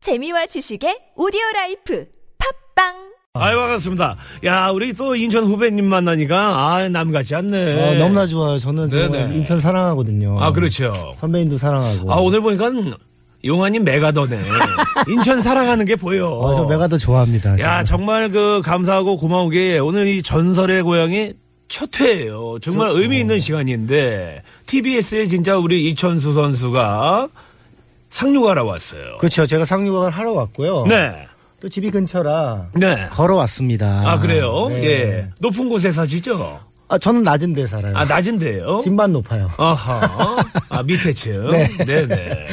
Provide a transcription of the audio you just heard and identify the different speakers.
Speaker 1: 재미와 지식의 오디오 라이프 팝빵
Speaker 2: 아유, 반갑습니다. 야, 우리 또 인천 후배님 만나니까, 아, 남 같지 않네.
Speaker 3: 어, 너무나 좋아요. 저는 정말
Speaker 2: 네네.
Speaker 3: 인천 사랑하거든요.
Speaker 2: 아, 그렇죠.
Speaker 3: 선배님도 사랑하고.
Speaker 2: 아, 오늘 보니까 용환님 메가더네. 인천 사랑하는 게 보여.
Speaker 3: 어, 저 내가 더 좋아합니다.
Speaker 2: 야,
Speaker 3: 진짜.
Speaker 2: 정말 그 감사하고 고마운 게 오늘 이 전설의 고향이 첫 회예요. 정말 의미 있는 시간인데 TBS에 진짜 우리 이천수 선수가 상륙하러 왔어요.
Speaker 3: 그렇죠. 제가 상륙을 하러 왔고요.
Speaker 2: 네.
Speaker 3: 또 집이 근처라
Speaker 2: 네.
Speaker 3: 걸어왔습니다.
Speaker 2: 아, 그래요?
Speaker 3: 네.
Speaker 2: 예. 높은 곳에 사시죠?
Speaker 3: 아, 저는 낮은 데 살아요.
Speaker 2: 아, 낮은데요?
Speaker 3: 집만 높아요.
Speaker 2: 아하. 아, 밑에 층. 네. 네네.